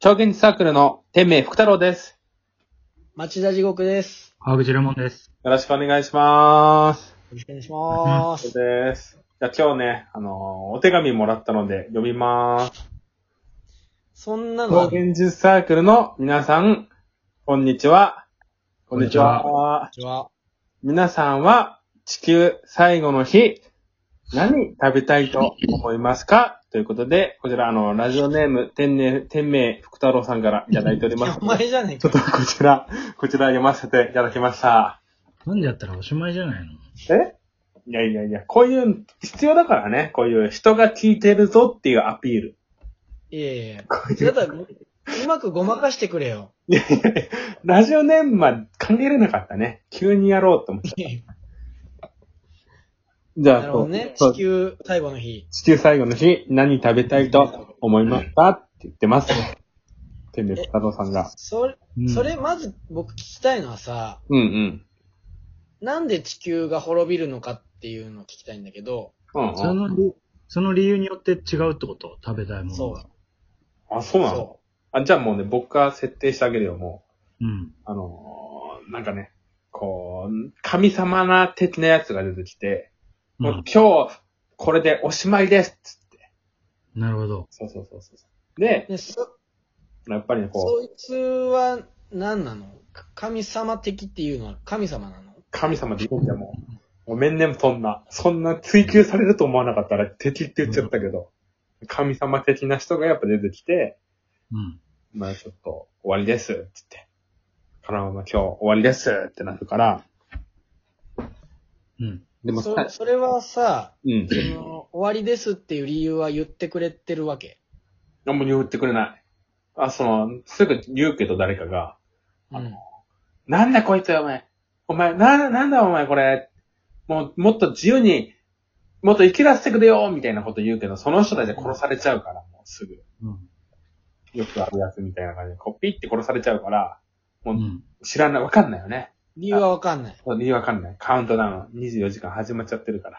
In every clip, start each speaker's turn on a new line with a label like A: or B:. A: 超現実サークルの天命福太郎です。
B: 町田地獄です。
C: 川口レモンです。
A: よろしくお願いします。
B: よろしくお願いします。
A: そうです。じゃあ今日ね、あのーお手紙もらったので読みます。
B: そんな
A: 超
B: の、
A: 現実サークルの皆さん、こんにちは。こんにちは。
B: ちは。
A: 皆さんは地球最後の日、何食べたいと思いますかということで、こちらあの、ラジオネーム、天命、天命福太郎さんからいただいております
B: お。前じゃねえ
A: ちょっ
B: か。
A: とこちら、こちら読ませていただきました。
C: 飲んじゃったらおしまいじゃないの
A: えいやいやいや、こういう、必要だからね、こういう人が聞いてるぞっていうアピール。
B: いやいやい
A: こうい
B: や。
A: う
B: ただ、うまくごまかしてくれよ。
A: ラジオネームは考えれなかったね。急にやろうと思って。 じゃあ、
B: なるほどね。
A: そう
B: 地球最後の日。
A: 地球最後の日、何食べたいと思いますかって言ってます。天で加藤さんが。
B: それ、
C: うん
B: それまず僕聞きたいのはさ、
A: うん
B: なんで地球が滅びるのかっていうのを聞きたいんだけど、
A: うん。うん、
C: その理、その理由によって違うってこと食べたいもの
B: そ
C: が。
A: あ、そう
B: う。
A: なの
B: そ
A: あ、じゃあもうね、僕が設定してあげるよ、もう。
C: うん。
A: あのーなんかね、こう、神様な的なやつが出てきて、
C: う。
A: もうん今日、これでおしまいですっつって
C: なるほど。
A: そうそうそうそう。で
B: う。、で、そ、
A: やっぱりねこ、
B: そういつは何なのか神様的っていうのは神様なの
A: 神様で言うんじゃもう、ごめんね、そんな、そんな追求されると思わなかったら敵って言っちゃったけど、神様的な人がやっぱ出てきて、
C: うん。
A: まあちょっと終わりですって言って、このまま今日終わりですってなるから、
C: うん。
A: でも
B: そ
A: さ、
B: それはさ、
A: うん
B: そ。の、終わりですっていう理由は言ってくれてるわけ。
A: 何も言ってくれない。あ、その、すぐ言うけど誰かが、
B: う
A: あの
B: ん。
A: なんだこいつお前。お前、な、なんだお前これ。もう、もっと自由に、もっと生きらせてくれよみたいなこと言うけど、その人たちは殺されちゃうから、もうすぐ。
C: うん。
A: よくあるやつみたいな感じで、こうピッて殺されちゃうから、も
C: う。
A: うん知らない、わかんないよね。
B: 理由はわかんない。
A: 理由わかんない。カウントダウン、24時間始まっちゃってるか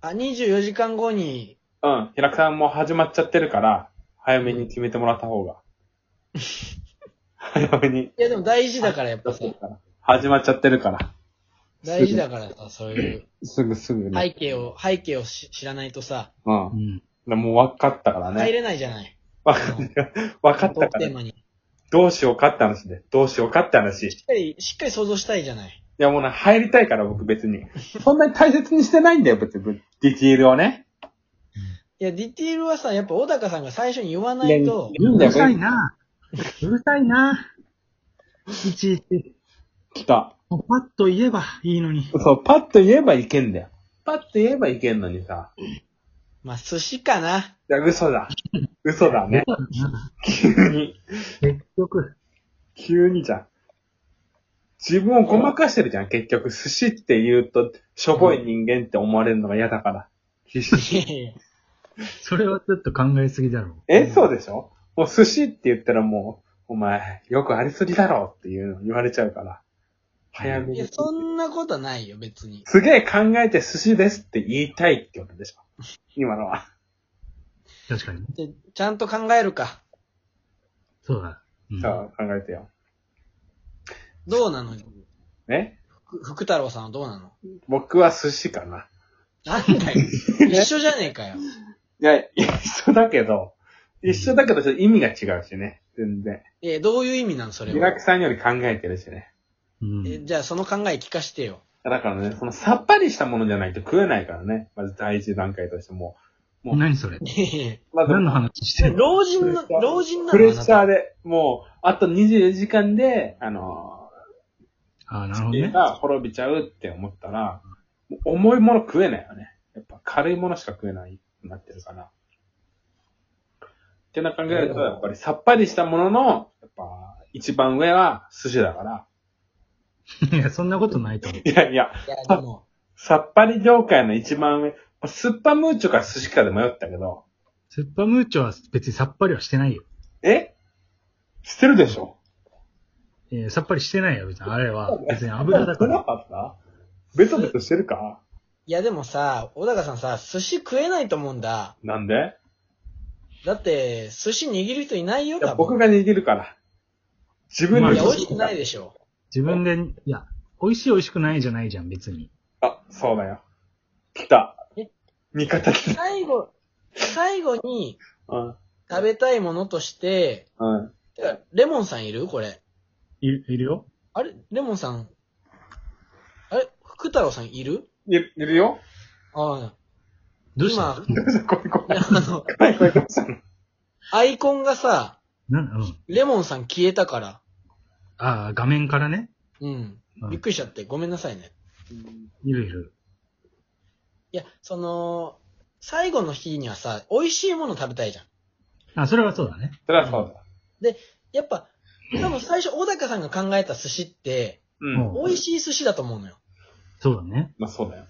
B: あ、24時間後に、
A: ら。うん、平くさんも始まっちゃってるから、早めに決めてもらった 方が。早めに。
B: いやでも大事だからやっぱさ、
A: 始まっちゃってるから。
B: 大事だからさ、そういう
A: すぐすぐね。
B: 背景を、背景をし知らないとさ、
A: うん
C: う。ん。
A: でもう分かったから
B: 入
A: ね。
B: れないじゃない。
A: 分か分か
B: ト
A: った
B: ーク
A: か
B: テ
A: ら
B: ー。マに。
A: どうしようかって話で。どうしようかって話。い
B: しっかり、しっかり想像したいじゃない。
A: やもうね、入りたいから僕別 に。そんなに大切にしてないんだよ、別に。ディティールをね。
B: いや、ディティールはさ、やっぱ小高さんが最初に言わないと、
A: いいん
C: う
A: だよ
C: るさいな。うるさいな。いちいち、
A: 来た。
C: もうパッと言えばいいのに。
A: そう、パッと言えばいけんだよ。パッと言えばいけんのにさ。い
B: まあ、寿司かな。
A: や、嘘だ。嘘だ ね。急に。
C: 結局、
A: 急にじゃん。自分をごまかしてるじゃん、結局。寿司って言うと、しょぼい人間って思われるのが嫌だから。必死
B: いやいや
C: それはちょっと考えすぎだろ
A: え、そうでしょもう寿司って言ったらもう、お前、よくありすぎだろっていうの言われちゃうから。早め
B: いや
A: に。
B: そんなことないよ、別に。
A: すげえ考えて寿司ですって言いたいってことでしょ今のは。
C: う。確かに。
B: でちゃんと考えるか。
C: そうだ。うん
A: じゃあ考えてよ。
B: どうなの
A: ね
B: ふ福太郎さんはどうなの
A: 僕は寿司かな。
B: なんだよ。 一緒じゃねえかよ。
A: いや、 一緒だけど、一緒だけどちょっと意味が違うしね。全然。
B: え、どういう意味なのそれ
A: ひら
B: は
A: く。さんより考えてるしね。
C: うん。
B: え、じゃあその考え聞かしてよ。
A: だからね、そのさっぱりしたものじゃないと食えないからね。まず第一段階としても。もう
C: 何それ
A: まず
C: 何の話してるの
B: 老人の、老人なの
A: プレッシャ
B: あ
A: ー
B: な
A: で、もう、あと24時間で、あの
C: ああ、なる
A: ー、
C: ほど
A: 家
C: ね。
A: が滅びちゃうって思ったら、もう重いもの食えないよね。やっぱ軽いものしか食えないなってるから。ってな考えると、やっぱりさっぱりしたものの、やっぱ、一番上は寿司だから。
C: いや、そんなことないと思う。
A: いやいや、
B: た。いや、でも、
A: さっぱり業界の一番上、スッパムーチョか寿司かで迷ったけど、
C: スッパムーチョは別にさっぱりはしてないよ。
A: えしてるでしょ
C: えーさっぱりしてないよ、別に。あれは。別に油だか
A: してな
C: ら。
A: かったベトベトしてるか
B: いやでもさ、小高さんさ、寿司食えないと思うんだ。
A: なんで
B: だって、寿司握る人いないよ、
A: いや
B: 多
A: 僕
B: 分。
A: が握るから。自分
C: まあ
A: で
B: いや、美
A: 握
B: 味しく
A: るか
B: な
A: ら
B: い。でしょ。
C: 自分で、いや、美味しい美味しくないじゃないじゃん、別に。
A: あ、そうだよ。来た
B: え。
A: 味方来た。
B: 最後、最後に
A: うん。
B: 食べたいものとして、
A: うん。
B: てかレモンさんいるこれ。
C: いる、いるよ
B: あれレモンさん。あれ福太郎さんいる
A: いる、いるよ。
B: ああ。
C: どうした
A: どうしたこれこ
B: い
A: れ
B: や。あの、
A: これこれどうしたの
B: アイコンがさ、
C: なんうん。
B: レモンさん消えたから。
C: ああ、画面からね。
B: うん
C: う。ん
B: びっくりしちゃって。ごめんなさいね。
C: いるいる。
B: いや、その、最後の日にはさ、美味しいもの食べたいじゃん。
C: あ、それはそうだね。
A: それはそうだ。
B: やっぱ、多分最初、小高さんが考えた寿司って、
A: うん。
C: うん
B: 美味しい寿司だと思うのよ。
C: そうだね。
A: まあそうだよ。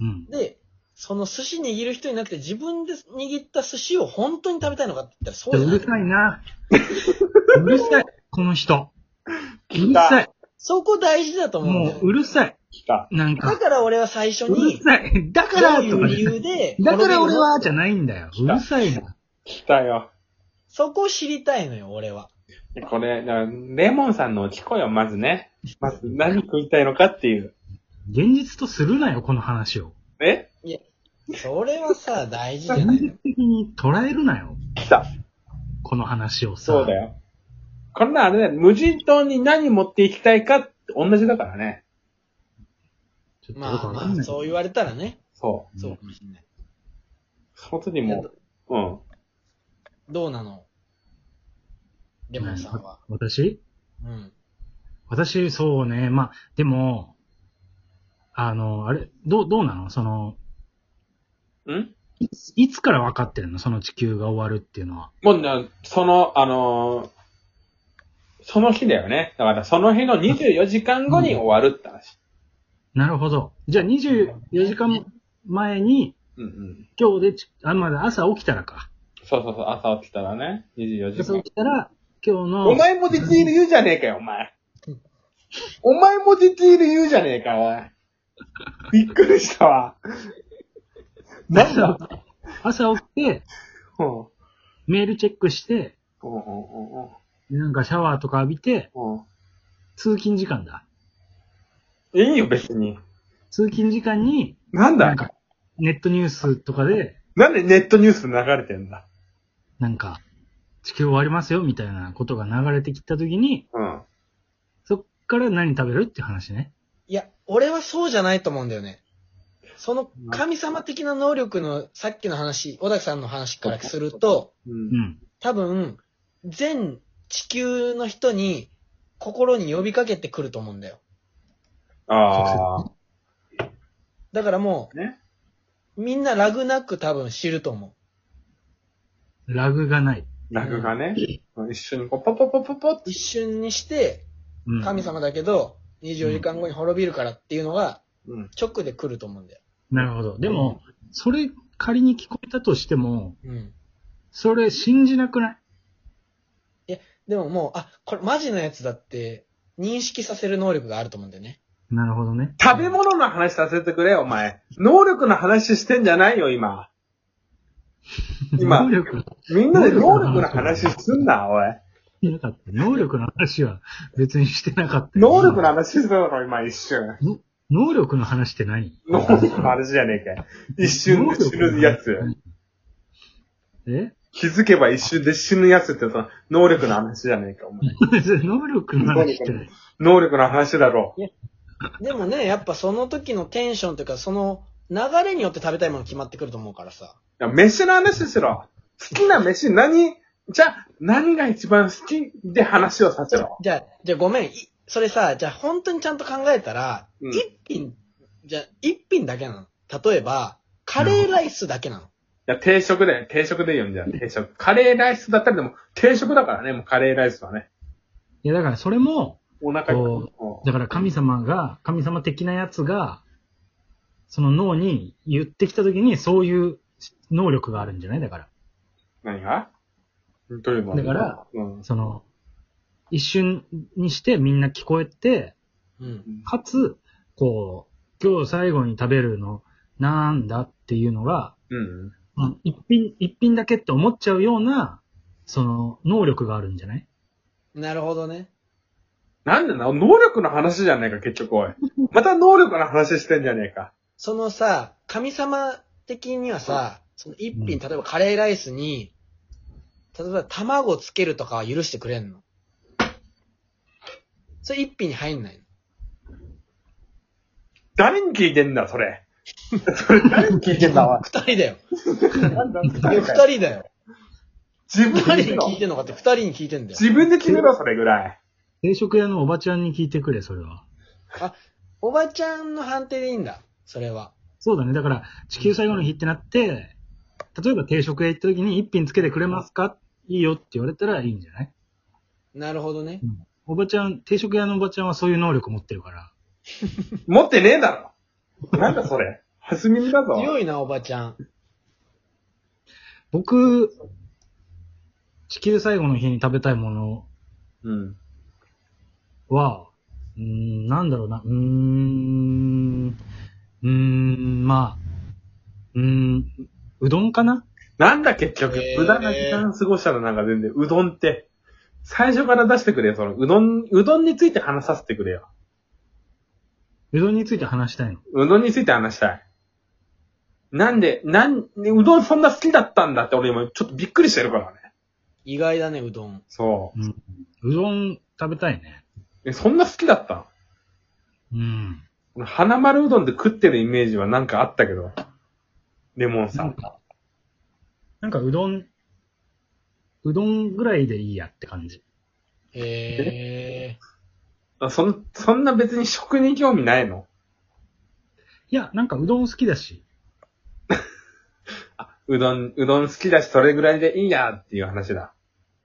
C: うん。
B: で、その寿司握る人になくて自分で握った寿司を本当に食べたいのかって言ったらそう
C: う
B: じゃな
C: る
B: い。
C: さいな。うるさい、この人。う
A: 来
C: るさ
A: た。
C: い。
B: そこ大事だと思うんだ
C: も
B: よ
C: う、。うるさい。
A: 来た。
C: なん
B: だ
C: か、
B: から俺は最初
C: うる
B: に、
C: さい。だか
B: ど
C: ら
B: うい
C: と
B: う
C: か
B: 理
C: ね、
B: 由で、
C: だから俺は、じゃ
B: ん。
C: ないんだよ。うるさいな。
A: 来たよ。
B: そこを知りたいのよ、俺は。
A: これ、だからレモンさんのを聞こうよ、まずね。まず何食いたいのかっていう。
C: 現実とするなよ、この話を。
A: え
B: それはさ、大事じゃな
C: 現
B: い
C: 実的に捉えるなよ。
A: 来た。
C: この話をさ。
A: そうだよ。こんなあれだよ。無人島に何持っていきたいか、同じだからね。
C: ちょっとよ
B: ま
C: く
B: あ
C: わか
B: ま
C: んな
B: あ、
C: い。
B: そう言われたらね、
A: そう。
B: そうかもしれない。
A: 本当にもう、うん。
B: どうなのレモンさんは。
C: 私
B: うん。
C: 私、そうね。まあ、でも、あの、あれ、どう、どうなのその、
A: ん
C: いついつから分かってるのその地球が終わるっていうのは。
A: もうな、その、あのーその日だよね。だからその日の24時間後に終わるって話。
C: なるほど。じゃあ24時間前に、
A: うんうん。
C: 今日でち、あ、まだ朝起きたらか。
A: そうそうそう、朝起きたらね、24時
C: 朝
A: 間
C: 起。きたら、今日の、
A: お前もディティール言うじゃねえかよ、お前。お前もディティール言うじゃねえか、おい。びっくりしたわ。なんだ
C: 朝起きて、
A: うん。
C: メールチェックして、
A: うんうんうん
C: なんかシャワーとか浴びて、
A: うん。
C: 通勤時間だ。
A: うん。いいよ、別に。
C: 通勤時間に、
A: なん
C: な
A: だ
C: んか、ネットニュースとかで、
A: なんでネットニュース流れてんだ
C: なんか、地球終わりますよ、みたいなことが流れてきたときに、
A: うん。
C: そっから何食べるっていう話ね。
B: いや、俺はそうじゃないと思うんだよね。その神様的な能力のさっきの話、小崎さんの話からすると、
A: う。
C: うんん。
B: 多分、全地球の人に心に呼びかけてくると思うんだよ。
A: ああ。
B: だからも
A: ね。
B: う、みんなラグなく多分知ると思
C: ラグがない。
A: ラグがね、一緒にこう、ポポポポポって
B: う。一瞬にして、
C: うん。
B: 神様だけど、24時間後に滅びるからっていうのが
A: うん。
B: 直で来ると思うんだよ。
C: なるほど。でも、それ仮に聞こえたとしても、
B: うん。
C: それ信じなくない
B: でももう、あ、これマジのやつだって認識させる能力があると思うんだよね。
C: なるほどね。
A: 食べ物の話させてくれよ、お前。能力の話してんじゃないよ、今。今
C: 能、力
A: みんなで能力の話すんな、おい。
C: なかった。能力の話は別にしてなかったよ。
A: 能力の話してたろ、今、一瞬。
C: 能力の話って何
A: 能力の話じゃねえかよ。一瞬で死ぬやつ。
C: え
A: 気づけば一瞬で死ぬやつって、その、能力の話じゃねえか、お前。
C: 能力の話って
A: 能力の話だろ。
B: でもね、やっぱその時のテンションというか、その流れによって食べたいもの決まってくると思うからさ。
A: いや、飯の話しろ。好きな飯何じゃあ、何が一番好きで話をさせろ。
B: じゃあ、じゃあごめん。いそれさ、じゃあ本当にちゃんと考えたら、
A: うん
B: 一品、じゃあ一品だけなの。例えば、カレーライスだけなの。
A: いや、定食で、定食でいいよ、じゃあ、定食。カレーライスだったらでも、定食だからね、もうカレーライスはね。
C: いや、だからそれも、
A: お腹いっぱい
C: おー
A: うん
C: だから神様が、神様的なやつが、その脳に言ってきたときに、そういう能力があるんじゃないだから。
A: 何がどういうの
C: だから、
A: うん。
C: その、一瞬にしてみんな聞こえて、
B: うん。
C: かつ、こう、今日最後に食べるの、なんだっていうのが、
A: うん。
C: うん一品、一品だけって思っちゃうような、その、能力があるんじゃない
B: なるほどね。
A: なんでな、能力の話じゃねえか、結局おい。また能力の話してんじゃねえか。
B: そのさ、神様的にはさ、その一品、例えばカレーライスに、例えば卵つけるとかは許してくれんのそれ一品に入んないの
A: 誰に聞いてんだ、それ。 それ誰に聞いてんだ、おい。
B: 二人だよ。
A: なんだ
B: いや二人だよ。
A: 自分
B: 誰
A: で
B: に聞いてんのかって二人に聞いてんだよ。
A: 自分で決めろ、それぐらい。
C: 定食屋のおばちゃんに聞いてくれ、それは。
B: おばちゃんの判定でいいんだ。それは。
C: そうだね。だから、地球最後の日ってなって、例えば定食屋行った時に一品つけてくれますかいいよって言われたらいいんじゃない
B: なるほどね。
C: おばちゃん、定食屋のおばちゃんはそういう能力持ってるから。
A: 持ってねえだろ。なんだそれ。初耳だぞ。
B: 強いな、おばちゃん。
C: 僕、地球最後の日に食べたいもの
A: うん。
C: は、うーん、なんだろうな、うーん、うーん、まあ、うーん、うどんかな
A: なんだ結局、
B: えー
A: 無駄な時間過ごしたらなんか全然、うどんって。最初から出してくれよ、その、うどん、うどんについて話させてくれよ。
C: うどんについて話したいの。
A: うどんについて話したい。なんで、なん、ねうどんそんな好きだったんだって俺今ちょっとびっくりしてるからね。
B: 意外だね、うどん。
A: そう
C: どん食べたいね。
A: う。え、そんな好きだった
C: うん。
A: の花丸うどんで食ってるイメージはなんかあったけど。レモンさ
C: なん
A: ん。
C: か、なんかうどん、うどんぐらいでいいやって感じ。
B: へえ。
A: あそん、そんな別に食に興味ないの
C: いや、なんかうどん好きだし。
A: うどん、うどん好きだしそれぐらいでいいやっていう話だ。